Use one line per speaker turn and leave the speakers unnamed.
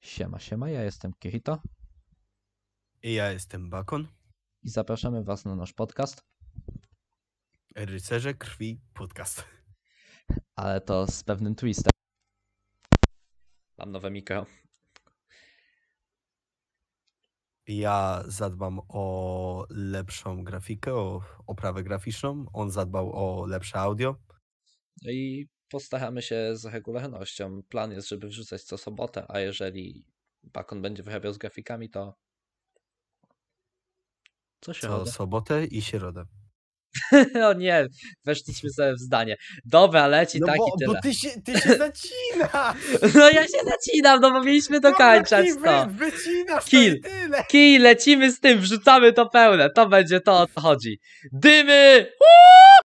Siema, siema, ja jestem Kirito
I Ja jestem Bakon,
i zapraszamy Was na nasz podcast,
rycerze krwi podcast.
ale to z pewnym twistem. Mam nowe mikro.
Ja zadbam o lepszą grafikę, o oprawę graficzną. On zadbał o lepsze audio.
No i postaramy się z regularnością. Plan jest, żeby wrzucać co sobotę, a jeżeli Bakon będzie wyrabiał z grafikami, to. Co się
Co
robi?
sobotę i środę.
O nie, weszliśmy sobie w zdanie. Dobra, leci tak i
No bo,
tyle.
bo ty się, ty się zacinasz!
No ja się zacinam, no bo mieliśmy dokończać
Dobra,
to.
ty wy- Wycinasz to
Kill.
i tyle!
Kij, lecimy z tym, wrzucamy to pełne. To będzie to, o co chodzi. Dymy! Uuu!